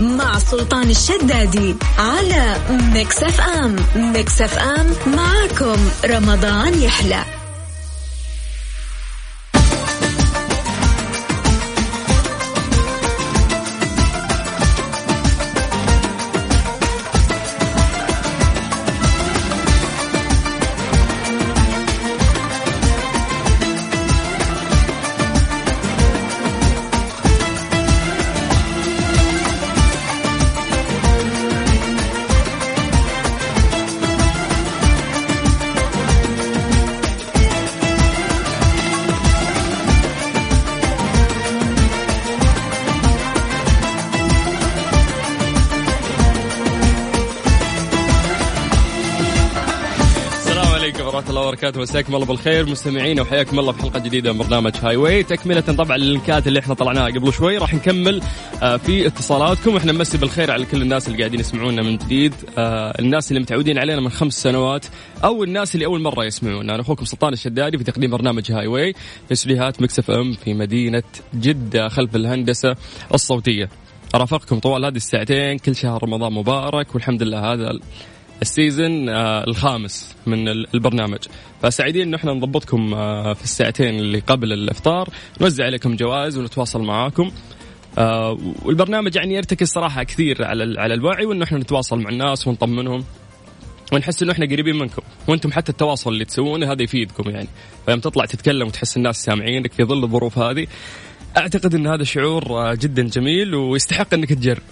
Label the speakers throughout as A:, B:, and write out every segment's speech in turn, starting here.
A: مع سلطان الشدادي على ميكس اف ام ميكس اف ام معاكم رمضان يحلى
B: السلام عليكم ورحمة الله وبركاته مساكم الله بالخير مستمعينا وحياكم الله في حلقة جديدة من برنامج هاي واي تكملة طبعا للينكات اللي احنا طلعناها قبل شوي راح نكمل آه، في اتصالاتكم احنا نمسي بالخير على كل الناس اللي قاعدين يسمعونا من جديد آه، الناس اللي متعودين علينا من خمس سنوات او الناس اللي اول مرة يسمعونا انا اخوكم سلطان الشدادي في تقديم برنامج هاي واي في استديوهات مكسف ام في مدينة جدة خلف الهندسة الصوتية ارافقكم طوال هذه الساعتين كل شهر رمضان مبارك والحمد لله هذا السيزن آه، الخامس من ال- البرنامج فسعيدين ان احنا نضبطكم آه، في الساعتين اللي قبل الافطار نوزع عليكم جوائز ونتواصل معاكم آه، والبرنامج يعني يرتكز صراحه كثير على ال- على الوعي وان احنا نتواصل مع الناس ونطمنهم ونحس انه احنا قريبين منكم وانتم حتى التواصل اللي تسوونه هذا يفيدكم يعني فلما تطلع تتكلم وتحس الناس سامعينك في ظل الظروف هذه اعتقد ان هذا شعور آه، جدا جميل ويستحق انك تجربه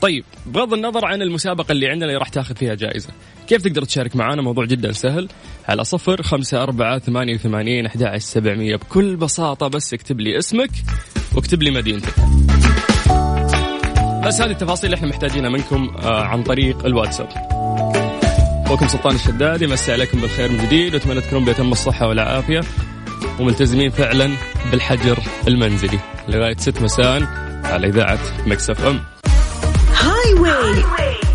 B: طيب بغض النظر عن المسابقة اللي عندنا اللي راح تاخذ فيها جائزة كيف تقدر تشارك معنا موضوع جدا سهل على صفر خمسة أربعة ثمانية وثمانين أحد عشر سبعمية بكل بساطة بس اكتب لي اسمك واكتب لي مدينتك بس هذه التفاصيل اللي احنا محتاجينها منكم آه، عن طريق الواتساب أخوكم سلطان الشدادي مسي عليكم بالخير من جديد وأتمنى تكونوا بأتم الصحة والعافية وملتزمين فعلا بالحجر المنزلي لغاية ست مساء على إذاعة مكسف أم
A: هاي واي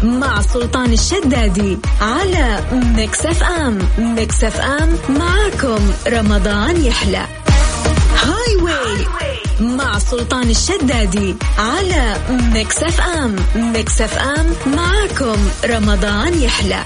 A: مع سلطان الشدادي على ميكس اف ام ميكس اف ام معاكم رمضان يحلى هاي واي مع سلطان الشدادي على ميكس اف ام ميكس اف ام معاكم رمضان يحلى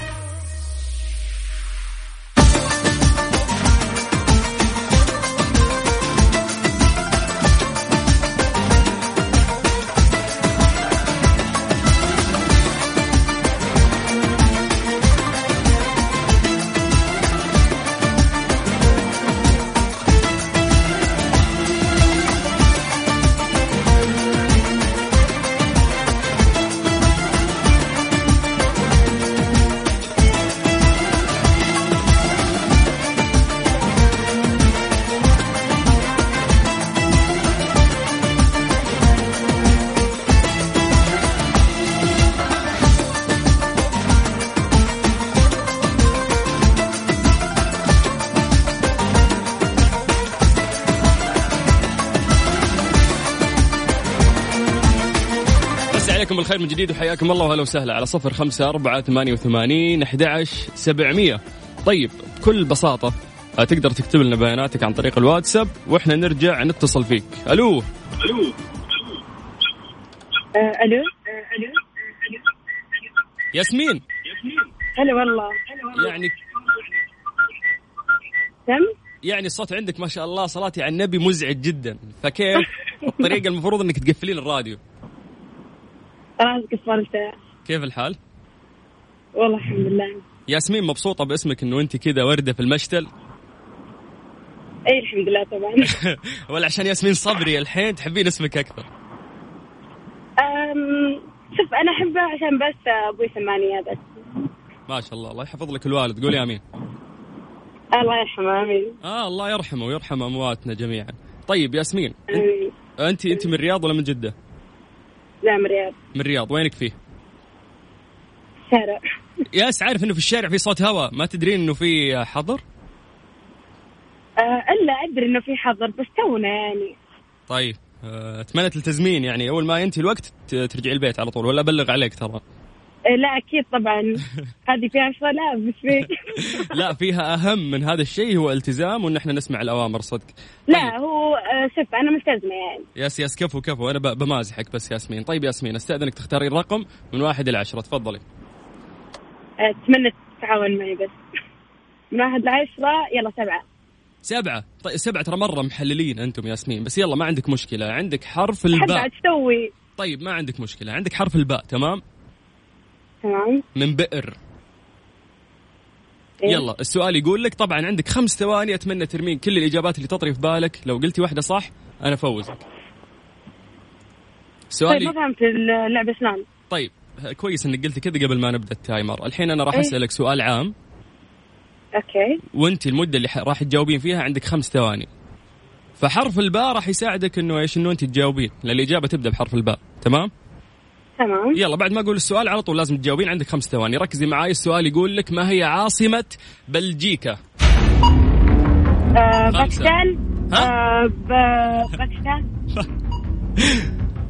B: مسي عليكم بالخير من جديد وحياكم الله وهلا وسهلا على صفر خمسة أربعة ثمانية وثمانين أحد سبعمية طيب بكل بساطة آه، تقدر تكتب لنا بياناتك عن طريق الواتساب واحنا نرجع نتصل فيك الو
C: آه، الو آه، الو
B: ياسمين
C: هلا والله
B: يعني
C: سم
B: يعني الصوت عندك ما شاء الله صلاتي على النبي مزعج جدا فكيف الطريقة المفروض انك تقفلين الراديو
C: خلاص قفلت
B: كيف الحال
C: والله الحمد لله
B: ياسمين مبسوطة باسمك انه انت كذا وردة في المشتل
C: اي الحمد لله طبعا
B: ولا عشان ياسمين صبري الحين تحبين اسمك اكثر
C: أم، شوف انا احبه عشان بس ابوي سماني بس
B: ما شاء الله الله يحفظ لك الوالد قولي امين
C: الله يرحمه امين
B: اه الله يرحمه ويرحم امواتنا جميعا طيب ياسمين
C: امين
B: انت انت من الرياض ولا من جده
C: دام رياض
B: من الرياض وينك فيه
C: شارع
B: ياس عارف انه في الشارع في صوت هواء ما تدرين انه في حظر
C: أه، الا ادري انه في حظر بس تونا يعني
B: طيب آه، اتمنى تلتزمين يعني اول ما ينتهي الوقت ت- ترجعي البيت على طول ولا ابلغ عليك ترى
C: آه، لا اكيد طبعا هذه فيها 10000 مش فيك
B: لا فيها اهم من هذا الشيء هو التزام وان احنا نسمع الاوامر صدق
C: لا هو آه، شوف انا ملتزمه يعني
B: يس يس كفو كفو انا ب- بمازحك بس ياسمين طيب ياسمين استاذنك تختارين رقم من واحد الى عشرة تفضلي
C: آه، اتمنى تتعاون معي بس من واحد لعشرة يلا سبعة
B: سبعة طيب سبعة ترى مرة محللين أنتم ياسمين بس يلا ما عندك مشكلة عندك حرف
C: حد
B: الباء
C: بعد تسوي
B: طيب ما عندك مشكلة عندك حرف الباء تمام
C: تمام
B: من بئر
C: إيه.
B: يلا السؤال يقول لك طبعا عندك خمس ثواني أتمنى ترمين كل الإجابات اللي تطري في بالك لو قلتي واحدة صح أنا فوزك
C: طيب ما
B: سؤالي
C: فهمت اللعبة شلون
B: طيب كويس انك قلتي كذا قبل ما نبدا التايمر الحين انا راح
C: إيه.
B: اسالك سؤال عام
C: اوكي
B: وانت المده اللي ح- راح تجاوبين فيها عندك خمس ثواني فحرف الباء راح يساعدك انه ايش انه انت تجاوبين لان الاجابه تبدا بحرف الباء تمام
C: تمام
B: يلا بعد ما اقول السؤال على طول لازم تجاوبين عندك خمس ثواني ركزي معاي السؤال يقول لك ما هي عاصمه بلجيكا
C: آه،
B: خمسة.
C: باكستان
B: طيب، ها؟
C: آه، ب- باكستان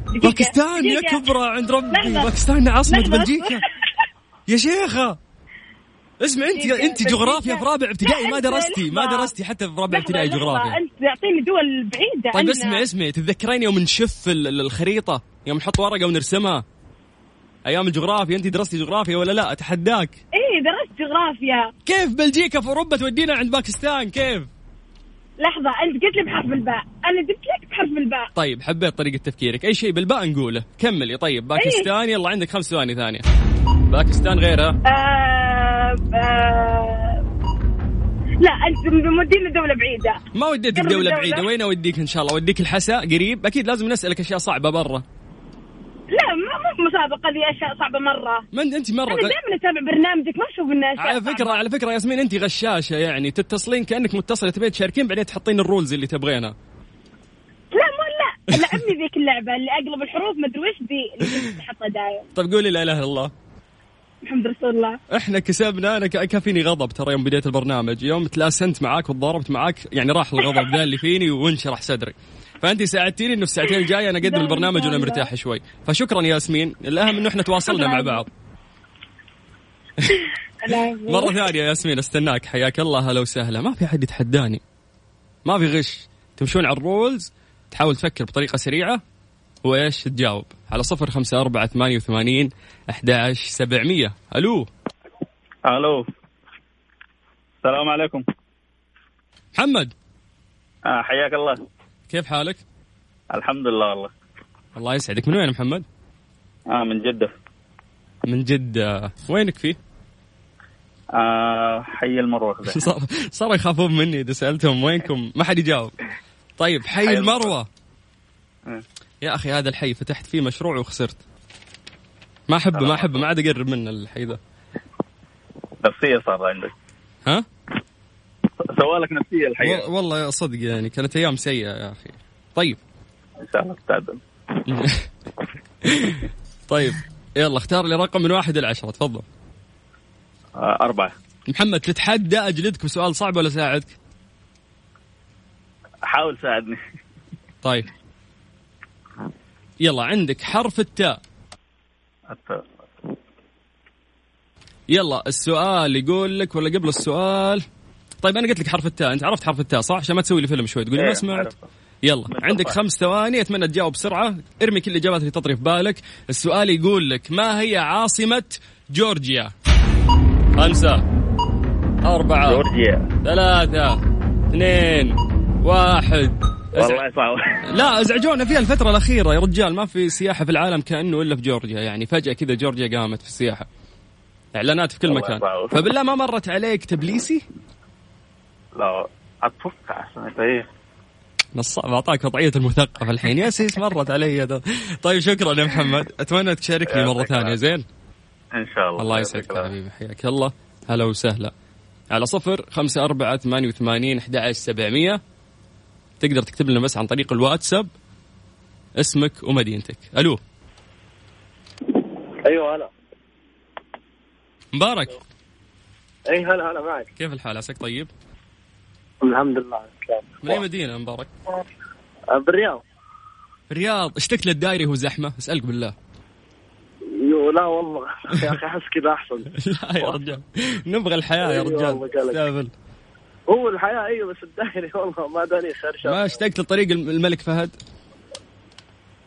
C: دقيقة،
B: باكستان يا
C: دقيقة.
B: كبرى عند ربي
C: لحظة.
B: باكستان عاصمه
C: لحظة.
B: بلجيكا يا شيخه اسمع انت
C: بلجيكا-
B: انت جغرافيا في رابع ابتدائي
C: لا،
B: ما
C: أنت
B: درستي ما
C: لحظة.
B: درستي حتى في رابع
C: لحظة،
B: ابتدائي
C: لحظة،
B: جغرافيا
C: انت تعطيني دول بعيدة
B: طيب
C: عنا.
B: اسمع اسمع تتذكرين يوم نشف ال- ال- الخريطة يوم نحط ورقة ونرسمها أيام الجغرافيا أنت درستي جغرافيا ولا لا أتحداك
C: ايه درست جغرافيا
B: كيف بلجيكا في أوروبا تودينا عند باكستان كيف
C: لحظة انت قلت لي بحرف الباء انا جبت لك بحرف الباء
B: طيب حبيت طريقة تفكيرك أي شيء بالباء نقوله كملي طيب
C: إيه.
B: باكستان يلا عندك خمس ثواني ثانية باكستان غيرها
C: آه، آه، لا انت مودينا دولة بعيدة
B: ما وديتك
C: قرب
B: دولة
C: الدولة.
B: بعيدة وين أوديك إن شاء الله أوديك الحسا قريب أكيد لازم نسألك أشياء صعبة برا
C: لا ما ما في مسابقة ذي اشياء صعبة مرة
B: ما أنت أنت مرة
C: انا دائما اتابع برنامجك ما اشوف انها اشياء
B: على فكرة على فكرة ياسمين أنت غشاشة يعني تتصلين كأنك متصلة تبين تشاركين بعدين تحطين الرولز اللي تبغينها
C: لا مو لا لعبني ذيك اللعبة اللي اقلب الحروف ما ادري وش ذي اللي كنت تحطها دايم
B: طيب قولي لا اله الا الله
C: محمد رسول الله
B: احنا كسبنا انا ك- كافيني غضب ترى يوم بديت البرنامج يوم تلاسنت معاك وتضاربت معك يعني راح الغضب ذا اللي فيني وانشرح صدري فانت ساعدتيني انه في الساعتين الجايه انا قد
C: لا،
B: البرنامج
C: لا،
B: وانا
C: لا.
B: مرتاح شوي فشكرا ياسمين الاهم انه احنا تواصلنا مع
C: شكراً.
B: بعض
C: أنا-
B: مره ثانيه يا ياسمين استناك حياك الله هلا وسهلا ما في احد يتحداني ما في غش تمشون على الرولز تحاول تفكر بطريقه سريعه وايش تجاوب على صفر خمسة أربعة ثمانية وثمانين أحد عشر سبعمية ألو
D: الو السلام عليكم
B: محمد
D: آه حياك الله
B: كيف حالك؟
D: الحمد لله والله
B: الله يسعدك من وين يا محمد؟
D: آه من جدة
B: من جدة وينك فيه؟
D: آه حي المروة كذا.
B: صار صاروا يخافون مني إذا سألتهم وينكم ما حد يجاوب طيب حي
D: حي
B: المروة
D: مم.
B: يا أخي هذا الحي فتحت فيه مشروع وخسرت ما أحبه ما أحبه ما عاد أقرب منه الحي ذا
D: نفسية صار عندك
B: ها؟
D: سوالك نفسية الحقيقة
B: و- والله صدق يعني كانت أيام سيئة يا أخي طيب
D: ان شاء الله تتعدل
B: طيب يلا اختار لي رقم من واحد إلى عشرة تفضل
D: آه أربعة
B: محمد تتحدى أجلدك بسؤال صعب ولا ساعدك؟
D: حاول ساعدني
B: طيب يلا عندك حرف التاء
D: أت-
B: يلا السؤال يقول لك ولا قبل السؤال طيب انا قلت لك حرف التاء انت عرفت حرف التاء صح عشان ما تسوي لي فيلم شوي تقول لي ما
D: إيه،
B: سمعت
D: عرفت.
B: يلا
D: من
B: عندك
D: تطلع.
B: خمس ثواني اتمنى تجاوب بسرعه ارمي كل الاجابات اللي تطري في بالك السؤال يقول لك ما هي عاصمه جورجيا خمسة أربعة
D: جورجيا
B: ثلاثة اثنين واحد
D: والله صعب
B: لا ازعجونا فيها الفترة الأخيرة يا رجال ما في سياحة في العالم كأنه إلا في جورجيا يعني فجأة كذا جورجيا قامت في السياحة إعلانات في كل
D: والله
B: مكان
D: صعب.
B: فبالله ما مرت عليك تبليسي
D: لا أتوقع سمعت إيه
B: نصاب أعطاك وضعية المثقف الحين يا سيس مرت علي ده. طيب شكرا يا محمد أتمنى تشاركني مرة
D: يعطيك
B: ثانية
D: العافية.
B: زين
D: إن شاء الله
B: الله يسعدك يا
D: يعطيك
B: حبيبي حياك الله هلا وسهلا على صفر خمسة أربعة ثمانية وثمانين أحد عشر سبعمية تقدر تكتب لنا بس عن طريق الواتساب اسمك ومدينتك ألو
E: ايوه هلا
B: مبارك
E: اي إيه، هلا هلا معك
B: كيف الحال عساك طيب؟
E: الحمد لله على السلامة.
B: من اي مدينة مبارك؟
E: أه، بالرياض
B: الرياض اشتقت للدائري هو زحمة اسألك بالله
E: يو لا والله يا اخي احس كذا احسن
B: لا يا رجال نبغى الحياه يا
E: أيوة
B: رجال
E: والله قالك.
B: استهبل
E: هو الحياه ايوه بس الدايري والله ما داني خرشه
B: ما اشتقت لطريق الم- الملك فهد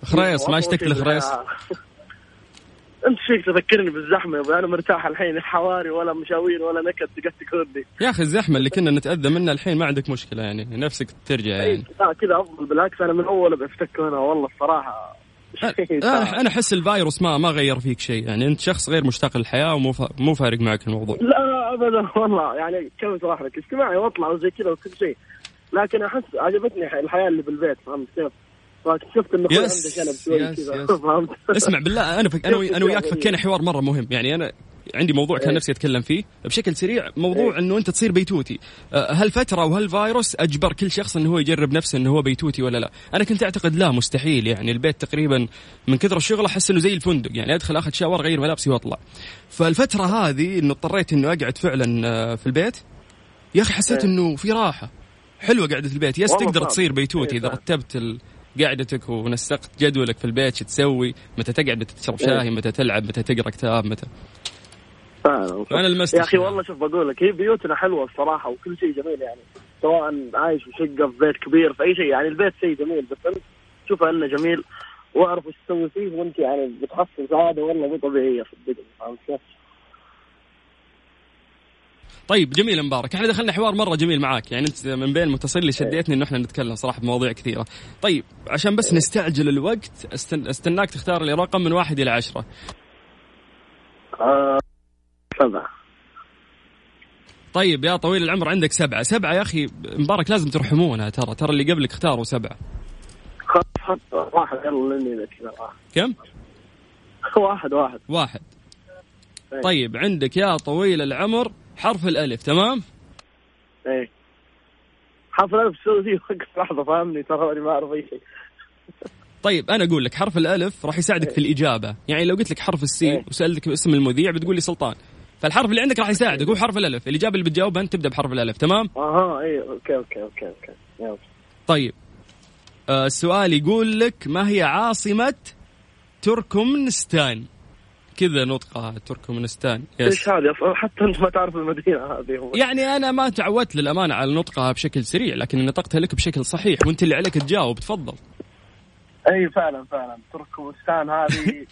B: خريص ما اشتقت لخريص
E: انت فيك تذكرني بالزحمه يا ابوي انا مرتاح الحين حواري ولا مشاوير ولا نكد تقتلني
B: يا اخي الزحمه اللي كنا نتاذى منها الحين ما عندك مشكله يعني نفسك ترجع يعني
E: لا آه، كذا افضل بالعكس انا من اول بفتك هنا والله الصراحه
B: أه،
E: شيء صعب.
B: انا انا احس الفيروس ما ما غير فيك شيء يعني انت شخص غير مشتاق للحياه ومو فا- مو فارق معك الموضوع
E: لا ابدا والله يعني كم صراحه لك اجتماعي واطلع وزي كذا وكل شيء لكن احس عجبتني الحياه اللي بالبيت فهمت كيف؟ فاكتشفت انه كل
B: يس،
E: عندي جانب شوي
B: يس،
E: كذا
B: يس.
E: فهمت؟
B: اسمع بالله انا فك... انا وي- انا وياك فكينا حوار مره مهم يعني انا عندي موضوع كان
E: إيه.
B: نفسي اتكلم فيه بشكل سريع موضوع
E: إيه.
B: انه انت تصير بيتوتي أه، هالفتره وهالفيروس اجبر كل شخص انه هو يجرب نفسه انه هو بيتوتي ولا لا انا كنت اعتقد لا مستحيل يعني البيت تقريبا من كثر الشغل احس انه زي الفندق يعني ادخل اخذ شاور غير ملابسي واطلع فالفتره هذه انه اضطريت انه اقعد فعلا آه، في البيت يا اخي حسيت
E: إيه.
B: انه في راحه حلوه قاعده البيت يس
E: والله
B: تقدر
E: صعب.
B: تصير بيتوتي
E: إيه
B: اذا
E: صعب.
B: رتبت ال- قعدتك ونسقت جدولك في البيت شو تسوي متى تقعد متى تشرب
E: إيه.
B: شاي متى تلعب متى تقرا كتاب متى
E: فعلا.
B: أنا لمست
E: يا اخي
B: الشيء.
E: والله شوف بقول لك هي بيوتنا حلوه الصراحه وكل شيء جميل يعني سواء عايش في شقه في بيت كبير في اي شيء يعني البيت شيء جميل بس انت شوفه انه جميل واعرف ايش تسوي فيه وانت يعني بتحصل سعاده والله مو طبيعيه صدقني فهمت كيف؟
B: طيب جميل مبارك احنا دخلنا حوار مره جميل معاك يعني انت من بين متصل
E: إيه.
B: اللي شديتني انه احنا نتكلم صراحه بمواضيع كثيره طيب عشان
E: إيه.
B: بس نستعجل الوقت استن... استناك تختار لي رقم من واحد الى عشرة
E: آه، سبعه
B: طيب يا طويل العمر عندك سبعة سبعة يا أخي مبارك لازم ترحمونها ترى ترى اللي قبلك اختاروا سبعة
E: خلاص حط واحد يلا لاني إذا كذا واحد.
B: كم؟
E: واحد واحد
B: واحد
E: طيب.
B: طيب عندك يا طويل العمر حرف الألف تمام؟
E: ايه حفلة بسوسي وقف لحظة فاهمني ترى أنا ما أعرف أي شيء
B: طيب انا اقول لك حرف الالف راح يساعدك في الاجابه يعني لو قلت لك حرف السين
E: إيه.
B: وسالتك اسم المذيع بتقول لي سلطان فالحرف اللي عندك راح يساعدك هو حرف الالف الاجابه اللي بتجاوبها انت تبدا بحرف الالف تمام
E: أها إيه أوكي أوكي أوكي أوكي يلا
B: طيب آه السؤال يقول لك ما هي عاصمه تركمنستان كذا نطقها تركمنستان يس
E: إيش هذه أصلا حتى أنت ما تعرف المدينة هذه هو
B: يعني انا ما تعودت للامانه على نطقها بشكل سريع لكن نطقتها لك بشكل صحيح وانت اللي عليك تجاوب تفضل
E: أي فعلا فعلا تركمستان هذه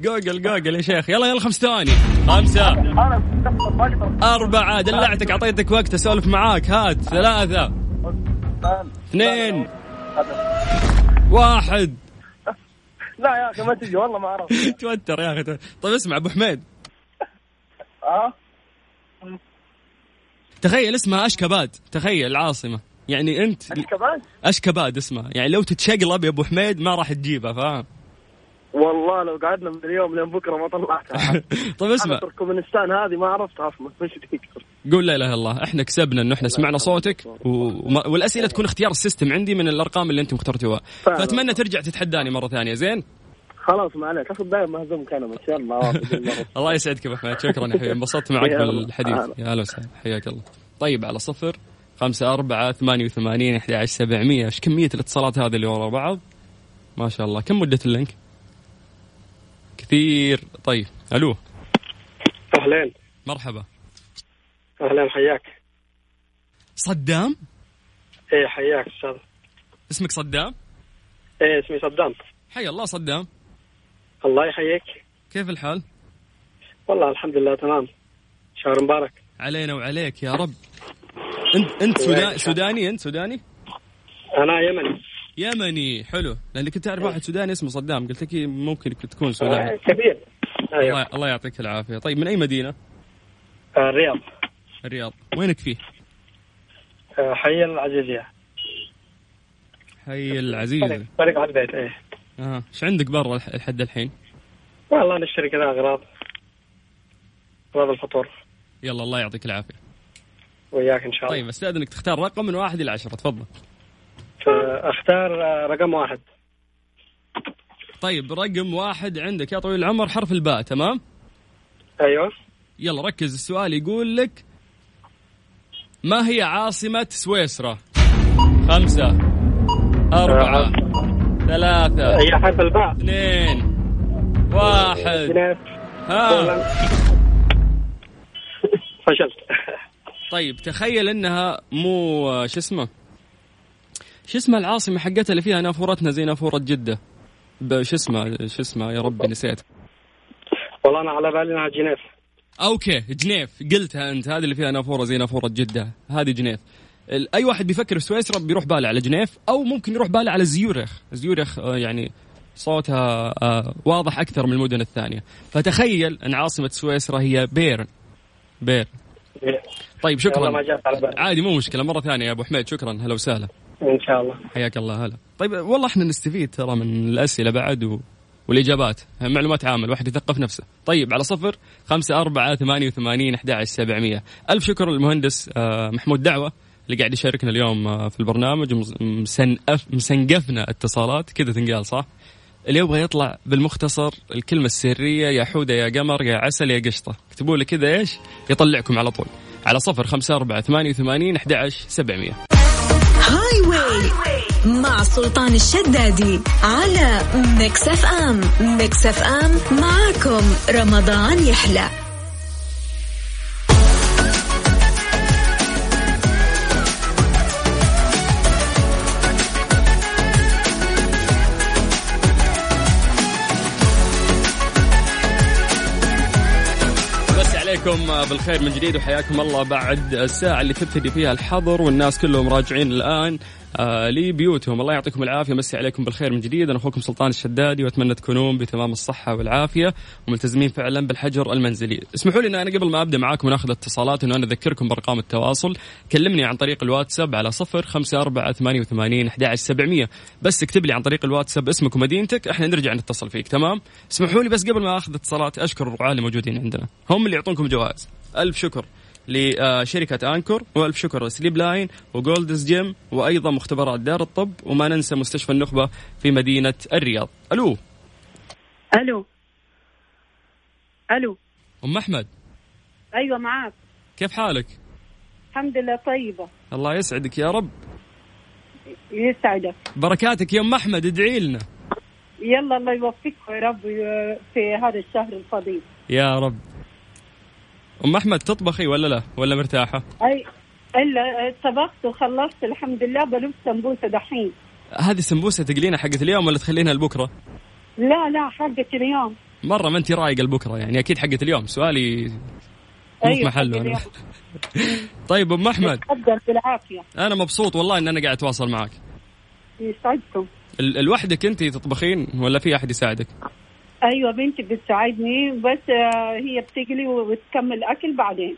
B: جوجل جوجل يا شيخ يلا يلا خمس ثواني خمسه
E: أنا ما أقدر
B: أربعة دلعتك أعطيتك وقت أسولف معاك هات ثلاثة
E: تركمستان
B: اثنين واحد
E: لا يا أخي ما تجي والله ما أعرف
B: توتر يا أخي طيب اسمع أبو حميد
E: ها
B: تخيل اسمها أشكباد تخيل العاصمة يعني أنت
E: أنت كمان
B: أشكباد اسمها يعني لو تتشقلب يا أبو حميد ما راح تجيبها فاهم
E: والله لو قعدنا من اليوم لين بكرة ما طلعتها
B: طيب اسمع
E: أنا تركمستان هذه ما عرفتها أصلا مش ذيك
B: قول لا اله الا الله احنا كسبنا انه احنا سمعنا صوتك و... وما- والاسئله تكون اختيار السيستم عندي من الارقام اللي انتم اخترتوها
E: فعلا.
B: فاتمنى ترجع تتحداني مره ثانيه زين
E: خلاص ما عليك أخذ دايم مهزومك أنا إن شاء الله واحد المرة.
B: الله يسعدك يا ابو حميد شكرا يا حبيبي انبسطت معك
E: يا هلا.
B: بالحديث يا هلا وسهلا حياك الله طيب على صفر خمسة أربعة ثمانية وثمانين أحد عشر سبعمية إيش كمية الاتصالات هذه اللي ورا بعض ما شاء الله كم مدة اللينك كثير طيب ألو
E: أهلين
B: مرحبا
E: أهلين حياك
B: صدام
E: ايه حياك استاذ
B: اسمك صدام
E: ايه اسمي صدام
B: حيا الله صدام
E: الله يحييك
B: كيف الحال
E: والله الحمد لله تمام شهر مبارك
B: علينا وعليك يا رب أنت أنت سودا- سوداني أنت سوداني
E: انا يمني
B: يمني حلو لأني كنت أعرف واحد سوداني اسمه صدام قلت لك ممكن تكون سوداني
E: آه، كبير ايوه
F: طيب.
B: الله, الله يعطيك العافيه طيب من اي مدينه
E: آه، الرياض
B: الرياض وينك فيه
E: آه، حي العزيزية
B: حي
E: طريق
F: طيب.
B: العزيز
E: طريق على البيت ايه
B: اه ايش عندك برا الح- لحد الحين
E: والله نشتري كذا اغراض اغراض الفطور
B: يلا الله يعطيك العافيه
E: وياك ان شاء الله
B: طيب استاذنك تختار رقم من واحد الى عشرة تفضل
E: آه، اختار آه، رقم واحد
B: طيب رقم واحد عندك يا طويل العمر حرف الباء تمام
E: ايوه
B: يلا ركز السؤال يقول لك ما هي عاصمة سويسرا خمسة أربعة ثلاثة
E: هي حرف الباء
B: اثنين واحد
E: جنيف
F: طيب.
B: ها
E: فشلت
B: طيب تخيل انها مو شو اسمه شو اسمها العاصمه حقتها اللي فيها نافورتنا زي نافوره جده ب- شو اسمه شو اسمه يا ربي نسيت
E: والله انا على بالي انها جنيف
B: اوكي جنيف قلتها انت هذه اللي فيها نافوره زي نافوره جده هذه جنيف ال- اي واحد بيفكر في سويسرا بيروح باله على جنيف او ممكن يروح باله على زيورخ زيورخ آه، يعني صوتها آه، واضح اكثر من المدن الثانيه فتخيل ان عاصمه سويسرا هي بيرن بيرن طيب
E: والله
B: شكرا
E: ما جات على بالي
B: عادي مو مشكله مره ثانيه يا ابو حميد شكرا هلا وسهلا
E: ان شاء الله
B: حياك الله هلا طيب والله احنا نستفيد ترى من الاسئله بعد و... والاجابات معلومات عامه الواحد يثقف نفسه طيب على صفر خمسة أربعة ثمانية وثمانين أحد عشر سبعمية ألف شكر للمهندس آه، محمود دعوة اللي قاعد يشاركنا اليوم آه، في البرنامج ومس- مسنقف مسنقفنا اتصالات كذا تنقال صح اللي يبغى يطلع بالمختصر الكلمة السرية يا حودة يا قمر يا عسل يا قشطة اكتبوا لي كذا ايش يطلعكم على طول على صفر خمسة أربعة ثمانية وثمانين أحد عشر سبعمية
A: هاي واي مع سلطان الشدادي على ميكس اف ام ميكس اف ام معاكم رمضان يحلى
B: بس عليكم بالخير من جديد وحياكم الله بعد الساعة اللي تبتدي فيها الحظر والناس كلهم راجعين الآن آه، لبيوتهم الله يعطيكم العافية مسي عليكم بالخير من جديد أنا أخوكم سلطان الشدادي وأتمنى تكونون بتمام الصحة والعافية وملتزمين فعلا بالحجر المنزلي اسمحوا لي أن أنا قبل ما أبدأ معاكم وناخذ اتصالات أنه أنا أذكركم بأرقام التواصل كلمني عن طريق الواتساب على صفر خمسة أربعة ثمانية وثمانين أحد عشر سبعمية بس اكتب لي عن طريق الواتساب اسمك ومدينتك احنا نرجع نتصل فيك تمام اسمحوا لي بس قبل ما اخذ اتصالات اشكر الرعاة اللي موجودين عندنا هم اللي يعطونكم جوائز الف شكر لشركة أنكور وألف شكر لسليب لاين وجولدز جيم وأيضا مختبرات دار الطب وما ننسى مستشفى النخبة في مدينة الرياض ألو
C: الو الو
B: أم أحمد
C: ايوه معاك
B: كيف حالك؟
C: الحمد لله طيبه
B: الله يسعدك يا رب
C: يسعدك
B: بركاتك يا أم أحمد ادعي لنا
C: يلا الله يوفقكم يا رب في هذا الشهر الفضيل
B: يا رب أم أحمد تطبخي ولا لا ولا مرتاحة؟
C: اي الا طبخت آه، وخلصت الحمد لله بلف سمبوسه دحين
B: هذه السمبوسة تقلينها حقت اليوم ولا تخلينها لبكرة؟
C: لا لا حقك اليوم
B: مرة ما أنت رايقة لبكرة يعني أكيد حقت اليوم سؤالي مو في
C: أيوة،
B: محله
C: حق
B: أنا
C: اليوم.
B: طيب أم أحمد
C: تقدر بالعافيه
B: انا مبسوط والله ان انا قاعد اتواصل معك
C: يسعدكم
B: ال- لوحدك انت تطبخين ولا في احد يساعدك
C: ايوه بنتي بتساعدني بس آه، هي بتقلي وتكمل الاكل بعدين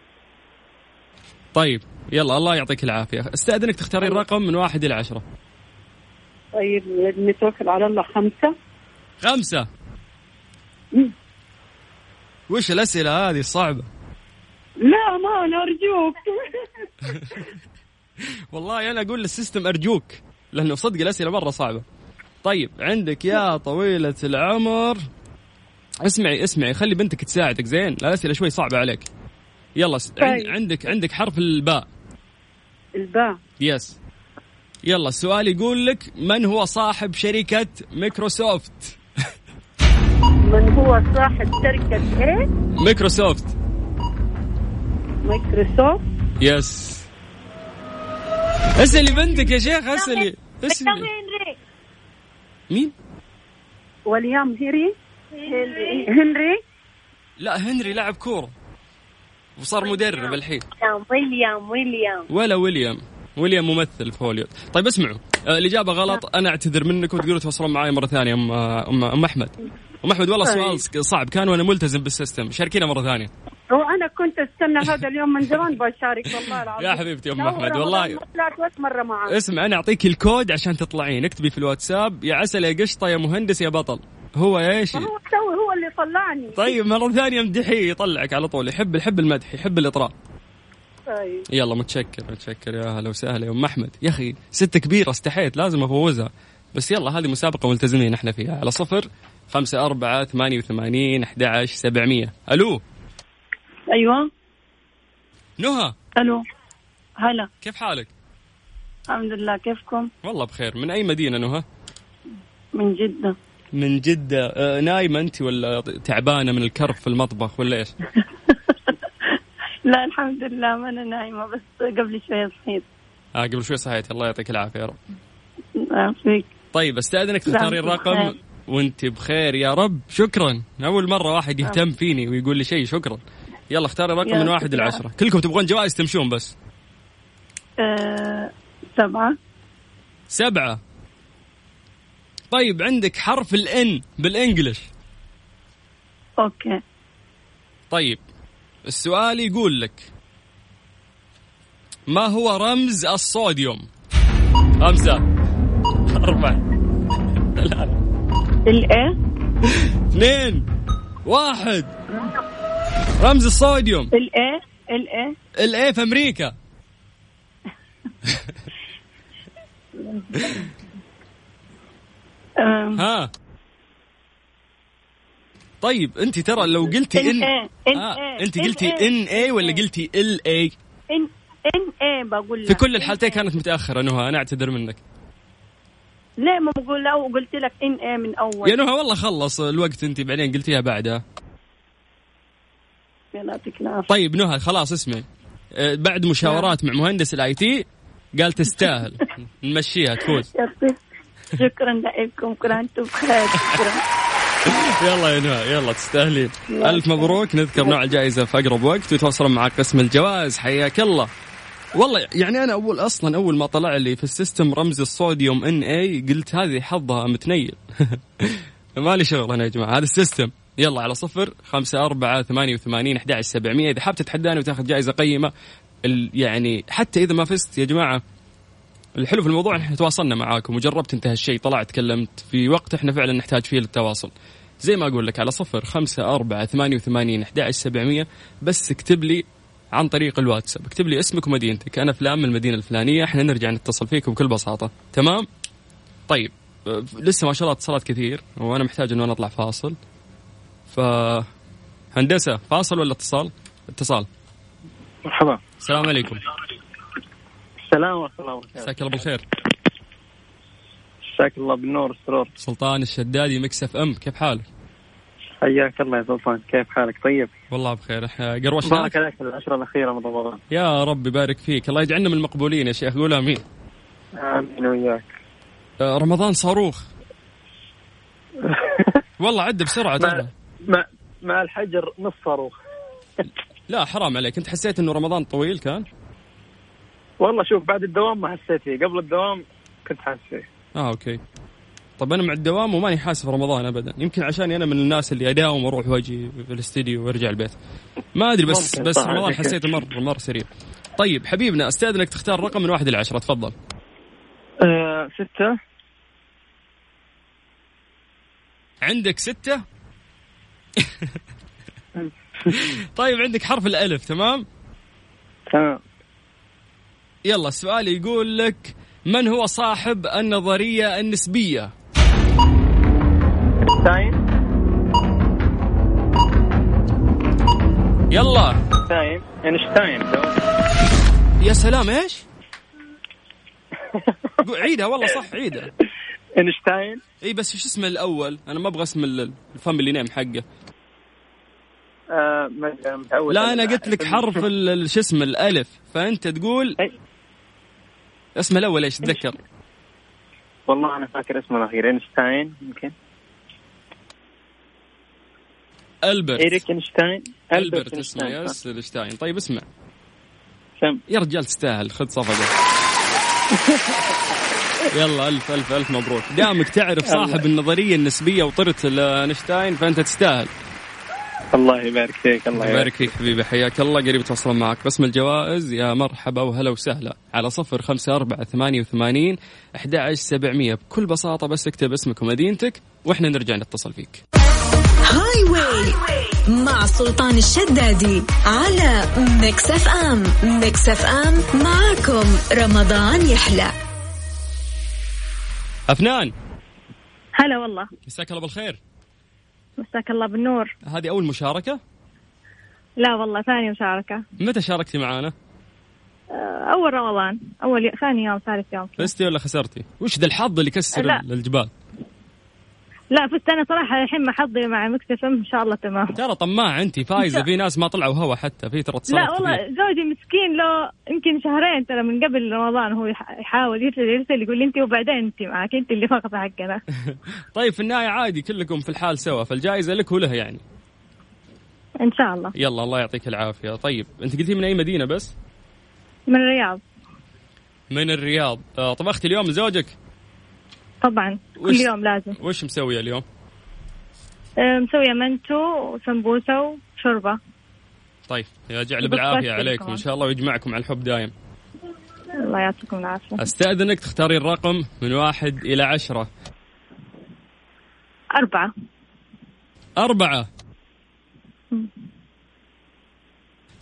B: طيب يلا الله يعطيك العافيه استاذنك تختارين رقم من واحد الى عشرة
C: طيب نتوكل على الله خمسه
B: خمسة وش الاسئله هذه الصعبه
C: لا ما انا ارجوك
B: والله انا اقول للسيستم ارجوك لانه صدق الاسئله مره صعبه طيب عندك يا طويله العمر اسمعي اسمعي خلي بنتك تساعدك زين الاسئله شوي صعبه عليك يلا س- عن-
C: طيب.
B: عندك عندك حرف الباء
C: الباء
B: يس يلا السؤال يقول لك من هو صاحب شركة مايكروسوفت؟
C: من هو صاحب شركه ايه
B: مايكروسوفت
C: مايكروسوفت
B: يس اسألي بنتك يا شيخ اسألي اسألي مين؟
C: وليام هيري هنري هنري
B: لا هنري لاعب كورة وصار مدرب الحين
G: ويليام ويليام
B: ولا ويليام ويليام ممثل في هوليوود طيب اسمعوا آه، الإجابة
G: نعم.
B: غلط أنا أعتذر منك وتقولوا تواصلون معي مرة ثانية أم أم, أم أحمد أم أحمد والله
G: طيب.
B: سؤال صعب كان وأنا ملتزم بالسيستم شاركينا مرة ثانية
C: وانا كنت استنى هذا اليوم من زمان بشارك والله العظيم
B: يا حبيبتي يا أم
C: لا،
B: أحمد،
C: رمضان
B: والله- إيه.
C: ما طلعت وقت مره معاك
B: اسمع انا اعطيك الكود عشان تطلعين اكتبي في الواتساب يا عسل يا قشطه يا مهندس يا بطل هو ايش
C: هو سوي هو اللي طلعني
B: طيب مره ثانيه امدحيه يطلعك على طول يحب يحب المدح يحب الاطراء
C: طيب
B: يلا متشكر متشكر يا هلا وسهلا يا ام احمد يا اخي ست كبيره استحيت لازم افوزها بس يلا هذه مسابقه ملتزمين احنا فيها على صفر خمسة أربعة ثمانية وثمانين أحد عشر سبعمية ألو
C: أيوة.
G: ايوه
B: نهى
G: الو هلا
B: كيف حالك؟
G: الحمد لله كيفكم
B: والله بخير من أي مدينة نهى؟
G: من جدة
B: من جدة آه، نايمة أنت ولا تعبانة من الكرف في المطبخ ولا إيش؟
G: لا الحمد لله ما انا نايمه بس قبل شوي صحيت
B: آه قبل شوي صحيتي الله يعطيك العافية يا رب
G: عافيك
B: طيب استأذنك تختاري
G: لا، أنت
B: الرقم
G: نعم، بخير.
B: وانت بخير يا رب شكرا اول مره واحد
G: نعم.
B: يهتم فيني ويقول لي شيء شكرا يلا اختاري رقم
G: يا
B: من واحد
G: سلام.
B: لعشرة كلكم تبغون جوائز تمشون بس
G: آه، سبعة
B: سبعة طيب عندك حرف الان بالانجلش
G: اوكي
B: طيب السؤال يقول لك ما هو رمز الصوديوم خمسة أربعة
G: الايه
B: اثنين واحد رمز الصوديوم
G: الايه الايه
B: الاي في امريكا
G: آم،
B: ها طيب انت ترى لو قلتي ان
G: NA.
B: آه، انت قلتي
G: NA.
B: ان اي ولا قلتي ال اي
G: ان ان ايه بقول لك
B: في كل الحالتين كانت متاخره نهى انا اعتذر منك
G: ليه ما بقول لا وقلت لك ان ايه من اول
B: يا نهى والله خلص الوقت انت بعدين قلتيها بعدها
G: يلا يعطيك العافيه
B: طيب نهى خلاص اسمعي آه، بعد مشاورات مع مهندس الاي تي قال تستاهل نمشيها تفوز
G: يعطيك شكرا لكم كل انتم بخير شكرا
B: يلا يا نهى يلا تستاهلين الف مبروك نذكر نوع الجائزه في اقرب وقت ويتواصلون مع قسم الجوائز حياك الله والله يعني انا اول اصلا اول ما طلع لي في السيستم رمز الصوديوم ان اي قلت هذه حظها متنيل مالي شغل انا يا جماعه هذا السيستم يلا على صفر خمسة أربعة ثمانية وثمانين أحد سبعمية إذا حاب تتحداني وتاخذ جائزة قيمة ال- يعني حتى إذا ما فزت يا جماعة الحلو في الموضوع احنا تواصلنا معاكم وجربت انت هالشيء طلعت تكلمت في وقت احنا فعلا نحتاج فيه للتواصل زي ما اقول لك على صفر خمسة أربعة ثمانية وثمانين أحد سبعمية بس اكتب لي عن طريق الواتساب اكتب لي اسمك ومدينتك انا فلان من المدينه الفلانيه احنا نرجع نتصل فيك بكل بساطه تمام طيب أه، لسه ما شاء الله اتصالات كثير وانا محتاج انه انا اطلع فاصل ف هندسه فاصل ولا اتصال اتصال
E: مرحبا
B: السلام عليكم
E: السلام ورحمه الله وبركاته
B: مساك الله بالخير
E: مساك الله بالنور والسرور
B: سلطان الشدادي مكسف ام كيف حالك
E: حياك الله يا سلطان كيف حالك طيب؟
B: والله بخير إحنا قروشنا
E: بارك عليك العشرة الأخيرة من رمضان
B: يا رب يبارك فيك الله يجعلنا من المقبولين يا شيخ قول امين
E: آمين وياك
B: آه، رمضان صاروخ والله عد بسرعه ترى
E: مع, مع, مع الحجر نص صاروخ
B: لا حرام عليك انت حسيت انه رمضان طويل كان
E: والله شوف بعد الدوام ما حسيت فيه قبل الدوام كنت حاسس فيه
B: اه اوكي طب انا مع الدوام وماني حاسب رمضان ابدا يمكن عشان انا من الناس اللي اداوم واروح واجي في الاستديو وارجع البيت ما ادري بس
E: ممكن،
B: بس
E: صح،
B: رمضان
E: عندك حق.
B: حسيته مره مره سريع طيب حبيبنا استاذنك تختار رقم من واحد الى عشره تفضل
E: آه ستة
B: عندك ستة طيب عندك حرف الألف تمام
E: تمام
B: يلا السؤال يقول لك من هو صاحب النظرية النسبية
E: تايم
B: يلا
E: تايم اينشتاين
B: يا سلام ايش قو- عيدها والله صح عيدها
E: اينشتاين
B: اي بس شو اسمه الاول انا ما ابغى اسم ال- الفاميلي نيم حقه
E: آه ما أدري، أنا متعود
B: لا
E: على-
B: انا قلت لك حرف ال- ال- شو اسمه الالف فانت تقول
E: أي.
B: اسمه الاول ايش تذكر
E: والله انا فاكر اسمه الاخير اينشتاين يمكن
B: البرت
E: ايريك اينشتاين
B: البرت اسمه يس الشتاين طيب اسمع
E: سم
B: يا رجال تستاهل خذ صفقة يلا ألف ألف ألف مبروك دامك تعرف صاحب النظرية النسبية وطرت لأينشتاين فأنت تستاهل
E: الله يبارك فيك الله يبارك
B: يبارك فيك حبيبي حياك الله قريب يتواصلون معك باسم الجوائز يا مرحبا وهلا وسهلا على صفر خمسة أربعة ثمانية وثمانين أحد عشر سبعمية بكل بساطة بس اكتب اسمك ومدينتك وإحنا نرجع نتصل فيك
A: هاي واي مع سلطان الشدادي على ميكس اف ام ميكس اف ام معاكم رمضان يحلى
B: أفنان
G: هلا والله
B: مساك الله بالخير
G: مساك الله بالنور
B: هذه أول مشاركة
G: لا والله ثاني مشاركة
B: متى شاركتي معانا
G: آه، أول رمضان أول ي- ثاني يوم ثالث يوم
B: فزتي ولا خسرتي وش ذا الحظ اللي كسر
G: لا.
B: الجبال
G: لا فزت انا صراحه الحين ما حظي مع مكسف ان شاء الله تمام
B: ترى طماع انت فايزه في ناس ما طلعوا هوا حتى في ترى
G: لا
B: اتصالات
G: والله
B: كثير.
G: زوجي مسكين له يمكن شهرين ترى من قبل رمضان هو يح- يحاول يرسل يرسل يقول لي انت وبعدين انت معك انت اللي فاقده حقنا
B: طيب في النهايه عادي كلكم في الحال سوا فالجائزه لك وله يعني
G: ان شاء الله
B: يلا الله يعطيك العافيه طيب انت قلتي من اي مدينه بس
G: من الرياض
B: من الرياض آه، طبختي اليوم لزوجك
G: طبعا كل
B: وش-
G: يوم لازم
B: وش مسويه اليوم
G: آه، مسويه منتو وسمبوسه وشوربه
B: طيب يجعل
G: بس
B: بالعافيه
G: بس طيب.
B: عليكم
G: كمان.
B: ان شاء الله ويجمعكم على الحب دايم
G: الله يعطيكم العافيه
B: استاذنك تختاري الرقم من واحد الى عشرة
G: اربعه
B: أربعة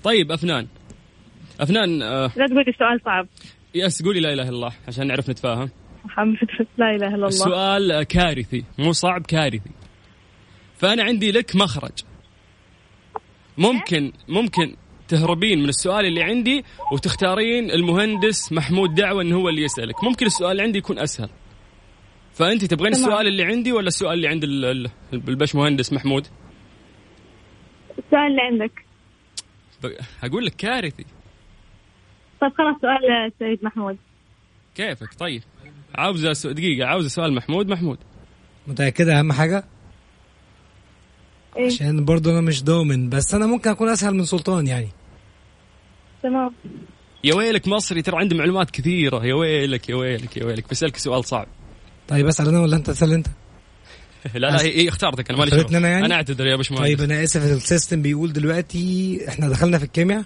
B: طيب أفنان أفنان آه،
G: لا تقولي سؤال صعب
B: يس قولي لا إله إلا الله عشان نعرف نتفاهم
G: محمد لا اله الا الله
B: السؤال آه، كارثي مو صعب كارثي فأنا عندي لك مخرج ممكن ممكن تهربين من السؤال اللي عندي وتختارين المهندس محمود دعوة إنه هو اللي يسألك ممكن السؤال اللي عندي يكون أسهل فأنت تبغين
G: تمام.
B: السؤال اللي عندي ولا السؤال اللي عند ال- ال- البش مهندس محمود
G: السؤال اللي عندك
B: ب- أقول لك كارثي
G: طيب خلاص سؤال سيد محمود
B: كيفك طيب عاوزة سو... دقيقة عاوزة سؤال محمود محمود
F: متأكدة أهم حاجة
G: إيه.
F: عشان برضه أنا مش ضامن بس أنا ممكن أكون أسهل من سلطان يعني
G: تمام
B: يا ويلك مصري ترى عنده معلومات كثيرة يا ويلك يا ويلك يا ويلك بسألك سؤال صعب
F: طيب أسأل أنا ولا أنت تسأل أنت
B: لا لا هي هي اختارتك أنا مالي
F: اختارتني
B: شغل.
F: أنا يعني؟
B: أنا أعتذر يا باشمهندس
F: طيب أنا آسف السيستم بيقول دلوقتي إحنا دخلنا في الكيمياء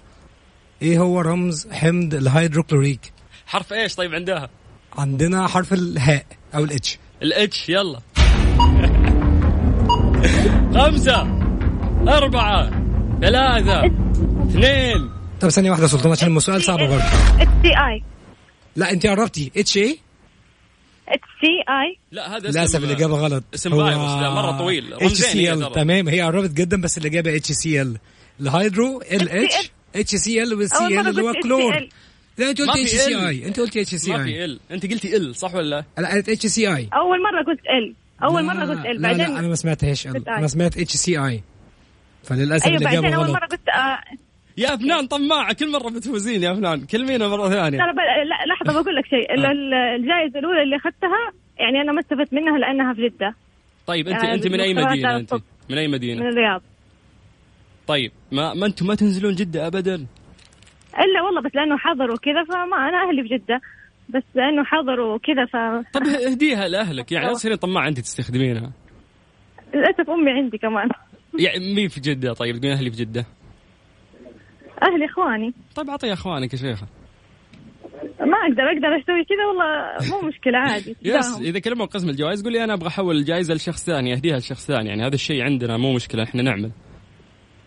F: إيه هو رمز حمض الهيدروكلوريك
B: حرف إيش طيب عندها
F: عندنا حرف الهاء أو الاتش
B: الاتش يلا خمسة أربعة ثلاثة اثنين
F: طب ثانية واحدة يا سلطان عشان السؤال صعب
G: إيه،
F: برضه
G: اتش سي اي
F: لا أنت قربتي اتش إيه؟
G: اتش سي اي
B: لا هذا اسم-
F: للأسف الإجابة غلط
B: اسم فيروس ده مرة طويل
F: اتش
B: رمزين
F: سي
B: هي
F: ال
B: ترى.
F: تمام هي قربت جدا بس الإجابة اتش سي ال الهيدرو ال اتش اتش سي ال والسي
G: أول
F: ال
G: مرة
F: اللي هو
G: قلت
F: كلور
G: HCl.
F: لا انت
B: ما
F: قلت
B: في
F: اتش سي
B: ال.
F: اي انت قلت اتش سي
B: ما في
F: اي
B: ال أنت قلتي ال صح ولا لا؟
F: لا قالت اتش سي اي
G: اول مره قلت ال اول مره قلت ال
F: لا
G: بعدين
F: لا انا ما سمعتهاش ال
G: قلت I.
F: انا سمعت اتش سي اي فللاسف
G: ايوه
F: الاجابه
G: بعدين اول
F: غلط
G: مره قلت آه،
B: يا أفنان طماعة كل مرة بتفوزين يا أفنان كلمينا مرة ثانية
G: ترى بل- لا
F: آه.
G: لحظه بقول لك شيء ال- ال- الجائزه الاولى اللي اخذتها يعني انا ما استفدت منها لانها في جده
B: طيب انت
G: آه،
B: انت من اي
G: بالدكتوراه
B: مدينه
G: تعرف
B: انت
G: طب.
B: من اي
G: من
F: آه.
B: مدينه
G: الرياض
B: طيب ما ما انتم ما تنزلون جده ابدا
G: الا والله بس لانه حضروا كذا فما انا اهلي في جده بس لانه حضروا كذا ف
B: طب اهديها لاهلك يعني لا تصيرين طماعه انت تستخدمينها
G: للاسف امي عندي كمان
B: يعني مين في جده طيب تقولين اهلي في جده
G: اهلي اخواني
B: طيب اعطيها اخوانك يا شيخه
G: ما اقدر اقدر اسوي كذا والله مو مشكله عادي
B: يس
G: داهم.
B: اذا كلموا قسم الجوائز قولي انا ابغى احول الجائزه لشخص ثاني اهديها لشخص ثاني يعني هذا الشيء عندنا مو مشكله احنا نعمل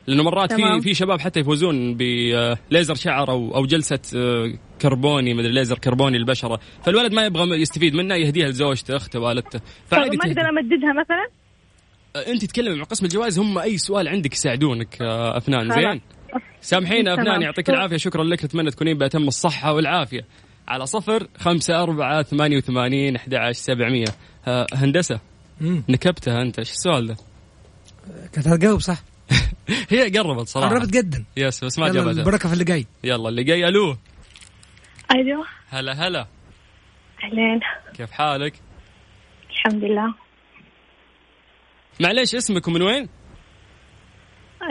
B: لانه مرات في
G: تمام.
B: في شباب حتى يفوزون بليزر شعر او او جلسه آه، كربوني مدري ليزر كربوني للبشره فالولد ما يبغى يستفيد منه يهديها لزوجته اخته والدته
G: طب
B: فعادي
G: طيب، ما
B: تهدي.
G: اقدر امددها مثلا
B: آه، انت تتكلمي مع قسم الجوائز هم اي سؤال عندك يساعدونك آه، افنان زين
G: خلاص.
B: سامحينا افنان
G: تمام.
B: يعطيك العافيه شكرا لك نتمنى تكونين باتم الصحه والعافيه على صفر خمسة أربعة ثمانية وثمانين أحد عشر سبعمية آه، هندسة
F: مم.
B: نكبتها أنت إيش السؤال ده
F: كانت هتجاوب صح
B: هي قربت صراحة
F: قربت جدا
B: يس بس ما
F: يلا
B: جابتها
F: البركه في اللي جاي
B: يلا اللي جاي ألو
H: الو
G: أيوه.
B: هلا هلا
H: اهلين
B: كيف حالك
H: الحمد لله
B: معليش اسمك ومن وين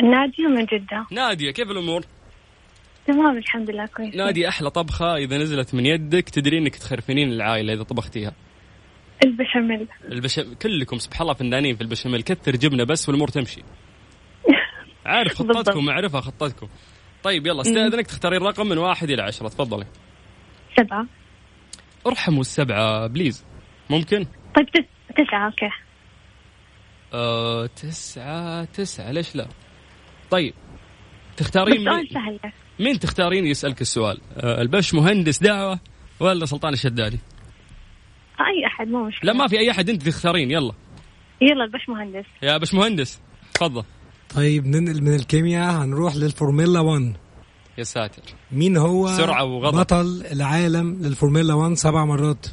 H: نادية من جدة
B: نادية كيف الأمور
H: تمام الحمد لله كويس
B: نادية أحلى طبخة إذا نزلت من يدك تدري أنك تخرفنين العائلة إذا طبختيها
H: البشاميل
B: البشاميل كلكم سبحان الله فنانين في البشاميل كثر جبنه بس والامور تمشي عارف
H: بالضبط.
B: خطتكم اعرفها خطتكم طيب يلا استاذنك تختارين رقم من واحد الى عشره تفضلي
H: سبعة
B: ارحموا السبعه بليز ممكن
H: طيب تس- تسعة اوكي
B: أه تسعه تسعه ليش لا طيب
H: بس
B: تختارين
H: سؤال
B: مين,
G: يعني.
H: سهل
B: مين تختارين يسالك السؤال أه البش مهندس دعوه ولا سلطان الشدادي
H: اي احد مو مشكلة
B: لا ما في اي احد انت تختارين يلا
H: يلا البش مهندس
B: يا بش مهندس تفضل
F: طيب ننقل من الكيمياء هنروح للفورمولا 1
B: يا ساتر
F: مين هو
B: سرعة وغضب.
F: بطل العالم للفورمولا 1 سبع مرات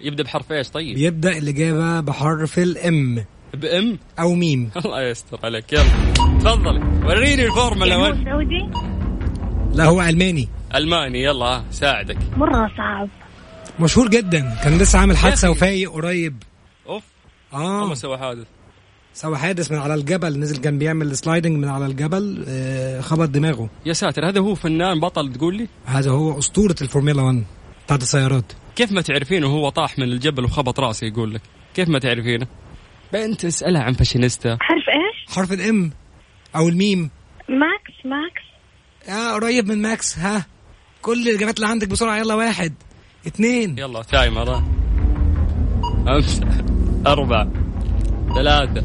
B: يبدا بحرف ايش طيب
F: بيبدا الاجابه بحرف الام
B: بام
F: او ميم
B: الله يستر عليك يلا تفضلي وريني الفورمولا
C: يعني هو
B: وين
C: سعودي
F: لا هو الماني
B: الماني يلا ها ساعدك
G: مرة صعب
F: مشهور جدا كان لسه عامل حادثه
B: يا أخي.
F: وفايق قريب
B: اوف
F: اه
B: هم سوى حادث
F: سوى حادث من على الجبل نزل كان بيعمل سلايدنج من على الجبل آه، خبط دماغه
B: يا ساتر هذا هو فنان بطل تقول لي
F: هذا هو اسطوره الفورمولا 1 بتاعت السيارات
B: كيف ما تعرفينه وهو طاح من الجبل وخبط راسه يقول لك كيف ما تعرفينه بنت اسالها عن فاشينيستا
C: حرف ايش؟
F: حرف الام او الميم
C: ماكس ماكس
F: اه قريب من ماكس ها كل الاجابات اللي عندك بسرعه يلا واحد اتنين
B: يلا تايمر ها. خمسة أربعة ثلاثة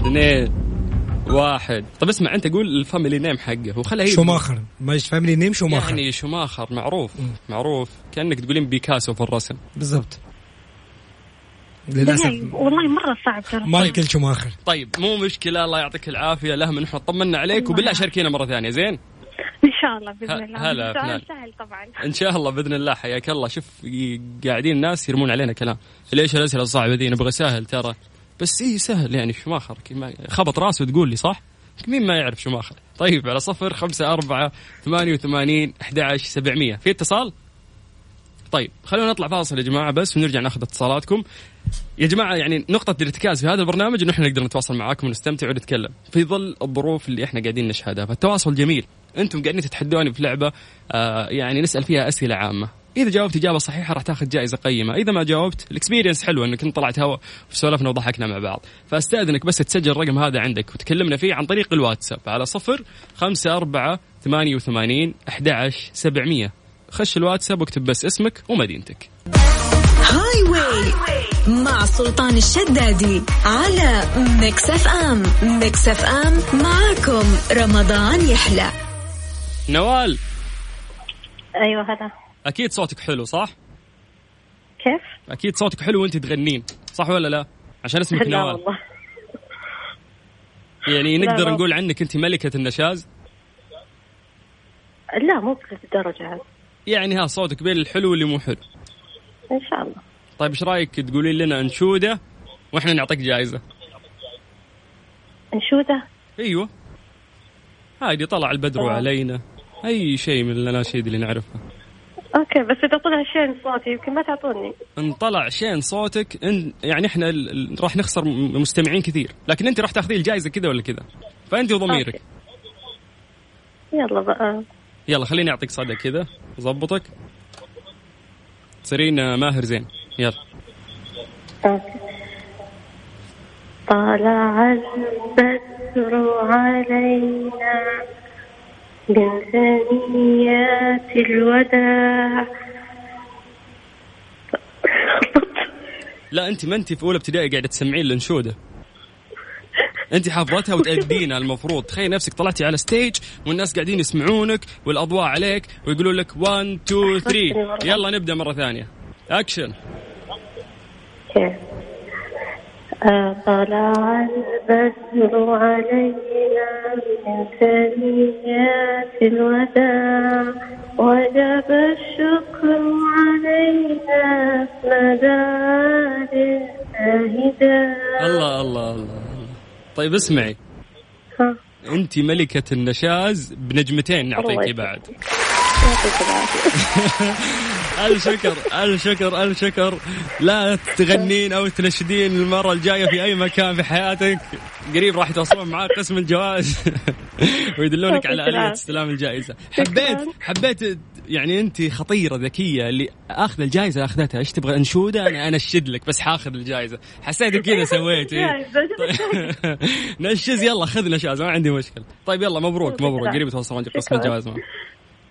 B: اثنين واحد طب اسمع أنت قول الفاميلي نيم حقه وخلها هي
F: شوماخر مش فاميلي نيم شوماخر
B: يعني شوماخر معروف معروف كأنك تقولين بيكاسو في الرسم
F: بالظبط للاسف
G: يعني والله مرة صعب ترى
F: مايكل شوماخر
B: طيب مو مشكلة الله يعطيك العافية لهم نحن طمنا عليك وبالله شاركينا مرة ثانية زين
C: ان شاء الله باذن
B: ه-
C: الله
B: هلا فلان.
C: سؤال سهل طبعا
B: إن شاء الله بإذن الله حياك الله شوف ي- قاعدين الناس يرمون علينا كلام ليش الأسئلة الصعبة ذي نبغى سهل ترى بس إيه سهل يعني شوماخر كما- خبط راسه وتقول لي صح مين ما يعرف شوماخر طيب على صفر خمسة أربعة ثمانية وثمانين أحد عشر سبعمية في اتصال طيب خلونا نطلع فاصل يا جماعة بس ونرجع ناخذ اتصالاتكم يا جماعة يعني نقطة الارتكاز في هذا البرنامج انه احنا نقدر نتواصل معاكم ونستمتع ونتكلم في ظل الظروف اللي احنا قاعدين نشهدها، فالتواصل جميل، انتم قاعدين تتحدوني في لعبة آه يعني نسأل فيها أسئلة عامة. إذا جاوبت إجابة صحيحة راح تاخذ جائزة قيمة، إذا ما جاوبت الاكسبيرينس حلوة انك انت طلعت هوا وسولفنا وضحكنا مع بعض، فاستأذنك بس تسجل الرقم هذا عندك وتكلمنا فيه عن طريق الواتساب على 0 5 4 88 11 700 خش الواتساب واكتب بس اسمك ومدينتك.
A: هاي واي مع سلطان الشدادي على ميكس اف ام ميكس اف ام معاكم رمضان يحلى
B: نوال
G: ايوه هذا
B: أكيد صوتك حلو صح؟
G: كيف؟
B: اكيد صوتك حلو وانت تغنين صح ولا لا عشان اسمك
G: لا
B: نوال
G: والله
B: يعني
G: لا
B: نقدر
G: والله.
B: نقول عنك انت ملكه النشاز
G: لا مو بهذه الدرجة هذه
B: يعني ها صوتك بين الحلو واللي مو حلو
G: ان شاء الله
B: طيب ايش رايك تقولين لنا انشوده واحنا نعطيك جائزه
G: نشوده
B: ايوه هادي طلع البدر
G: آه.
B: علينا اي شيء من الاناشيد اللي نعرفها
G: اوكي بس اذا طلع شيء من صوتي يمكن ما تعطوني
B: ان طلع شين صوتك ان يعني احنا ال- ال- راح نخسر م- مستمعين كثير لكن انت راح تاخذين الجائزه كذا ولا كذا فانت وضميرك
G: أوكي. يلا بقى
B: يلا خليني اعطيك صدى كذا ظبطك تصيرين ماهر زين يلا
G: أوكي. طلع البدر علينا من ثنيات الوداع
B: لا انت ما انت في اولى ابتدائي قاعده تسمعين الانشوده انت حافظتها وتأدينها المفروض تخيل نفسك طلعتي على ستيج والناس قاعدين يسمعونك والاضواء عليك ويقولوا لك 1 2 3 يلا نبدا مره ثانيه اكشن
G: كيف؟ طلع البدر علينا من ثنيات الوداع وجب الشكر علينا مدى لله داع.
B: الله الله الله طيب اسمعي
G: ها،
B: انت ملكه النشاز بنجمتين نعطيكي
G: الله
B: بعد
G: يعطيك العافية.
B: الف شكر الف شكر الف شكر لا تغنين او تنشدين المره الجايه في اي مكان في حياتك قريب راح يتواصلون معاك قسم الجوائز ويدلونك على
G: شكراً.
B: اليه استلام الجائزه حبيت حبيت يعني انت خطيره ذكيه اللي اخذ الجائزه اخذتها ايش تبغى انشوده انا انشد لك بس حاخذ الجائزه حسيت كذا سويت إيه. طيب. نشز يلا خذ نشاز ما عندي مشكله طيب يلا مبروك مبروك قريب توصل عندك قسم
G: شكراً.
B: الجوائز معك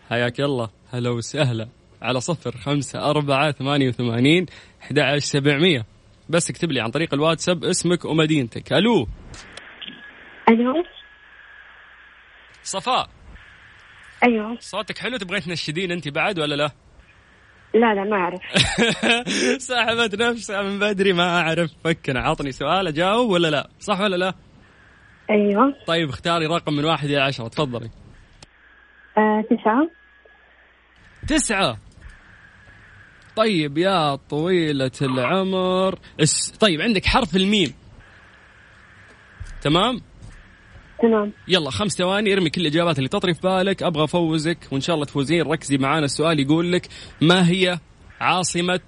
B: حياك الله هلا وسهلا على صفر خمسة أربعة ثمانية وثمانين أحد عشر سبعمية بس اكتب لي عن طريق الواتساب اسمك ومدينتك ألو
G: الو
B: صفاء
G: ايوه
B: صوتك حلو تبغين تنشدين أنت بعد ولا لا
G: لا لا ما اعرف
B: سحبت نفسها من بدري ما أعرف فكنا عطني سؤال أجاوب ولا لا صح ولا لا
G: ايوه
B: طيب اختاري رقم من واحد إلى عشرة تفضلي
G: آه، تسعة
B: تسعة طيب يا طويلة العمر اس... طيب عندك حرف الميم تمام
G: تمام
B: يلا خمس ثواني ارمي كل الاجابات اللي تطري في بالك ابغى افوزك وان شاء الله تفوزين ركزي معانا السؤال يقول لك ما هي عاصمة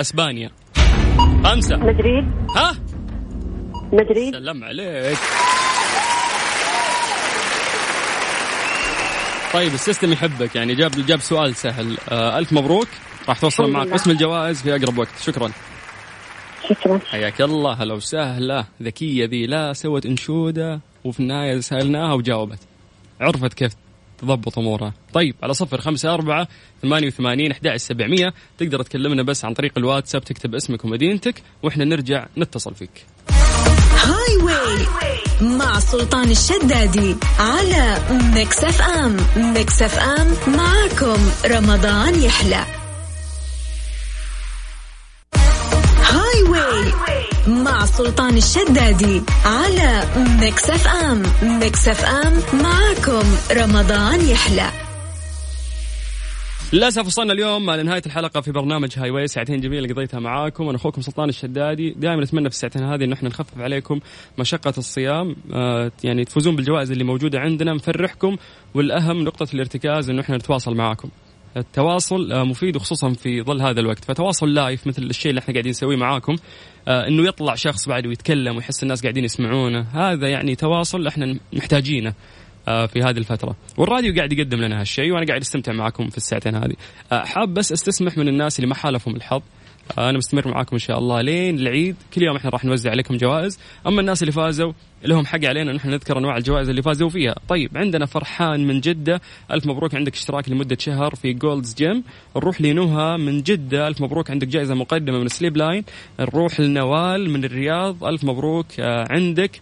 B: اسبانيا خمسة
G: مدريد
B: ها
G: مدريد
B: سلام عليك طيب السيستم يحبك يعني جاب جاب سؤال سهل آه ألف مبروك راح توصل
G: الحمد
B: معك
G: لله.
B: قسم الجوائز في أقرب وقت شكرا
G: شكرا
B: حياك الله هلا وسهلا ذكية ذي لا سوت انشودة وفي النهاية سألناها وجاوبت عرفت كيف تضبط أمورها طيب على صفر خمسة أربعة ثمانية وثمانين أحد سبعمية تقدر تكلمنا بس عن طريق الواتساب تكتب اسمك ومدينتك وإحنا نرجع نتصل فيك
A: هاي واي مع سلطان الشدادي على ميكس اف ام ميكس اف ام معاكم رمضان يحلى هاي واي مع سلطان الشدادي على ميكس اف ام ميكس اف ام معاكم رمضان يحلى
B: للاسف وصلنا اليوم لنهايه الحلقه في برنامج هاي واي ساعتين جميله قضيتها معاكم انا اخوكم سلطان الشدادي دائما اتمنى في الساعتين هذه ان احنا نخفف عليكم مشقه الصيام آه، يعني تفوزون بالجوائز اللي موجوده عندنا نفرحكم والاهم نقطه الارتكاز انه احنا نتواصل معاكم التواصل آه، مفيد وخصوصا في ظل هذا الوقت فتواصل لايف مثل الشيء اللي احنا قاعدين نسويه معاكم آه، انه يطلع شخص بعد ويتكلم ويحس الناس قاعدين يسمعونه هذا يعني تواصل احنا محتاجينه آه، في هذه الفترة والراديو قاعد يقدم لنا هالشيء وأنا قاعد أستمتع معكم في الساعتين هذه آه، حاب بس أستسمح من الناس اللي ما حالفهم الحظ آه، أنا مستمر معاكم إن شاء الله لين العيد كل يوم إحنا راح نوزع عليكم جوائز أما الناس اللي فازوا لهم حق علينا إن إحنا نذكر أنواع الجوائز اللي فازوا فيها طيب عندنا فرحان من جدة ألف مبروك عندك اشتراك لمدة شهر في جولدز جيم نروح لنهى من جدة ألف مبروك عندك جائزة مقدمة من سليب لاين نروح لنوال من الرياض ألف مبروك آه، عندك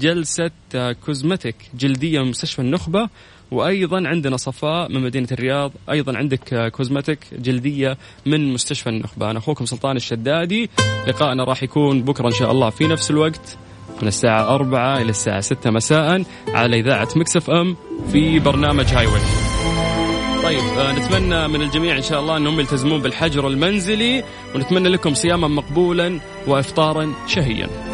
B: جلسة آه، كوزمتيك جلدية من مستشفى النخبة وأيضا عندنا صفاء من مدينة الرياض أيضا عندك آه، كوزمتيك جلدية من مستشفى النخبة أنا أخوكم سلطان الشدادي لقاءنا راح يكون بكرة إن شاء الله في نفس الوقت من الساعة أربعة إلى الساعة ستة مساء على إذاعة مكسف أم في برنامج هاي واي طيب آه، نتمنى من الجميع ان شاء الله انهم يلتزمون بالحجر المنزلي ونتمنى لكم صياما مقبولا وافطارا شهيا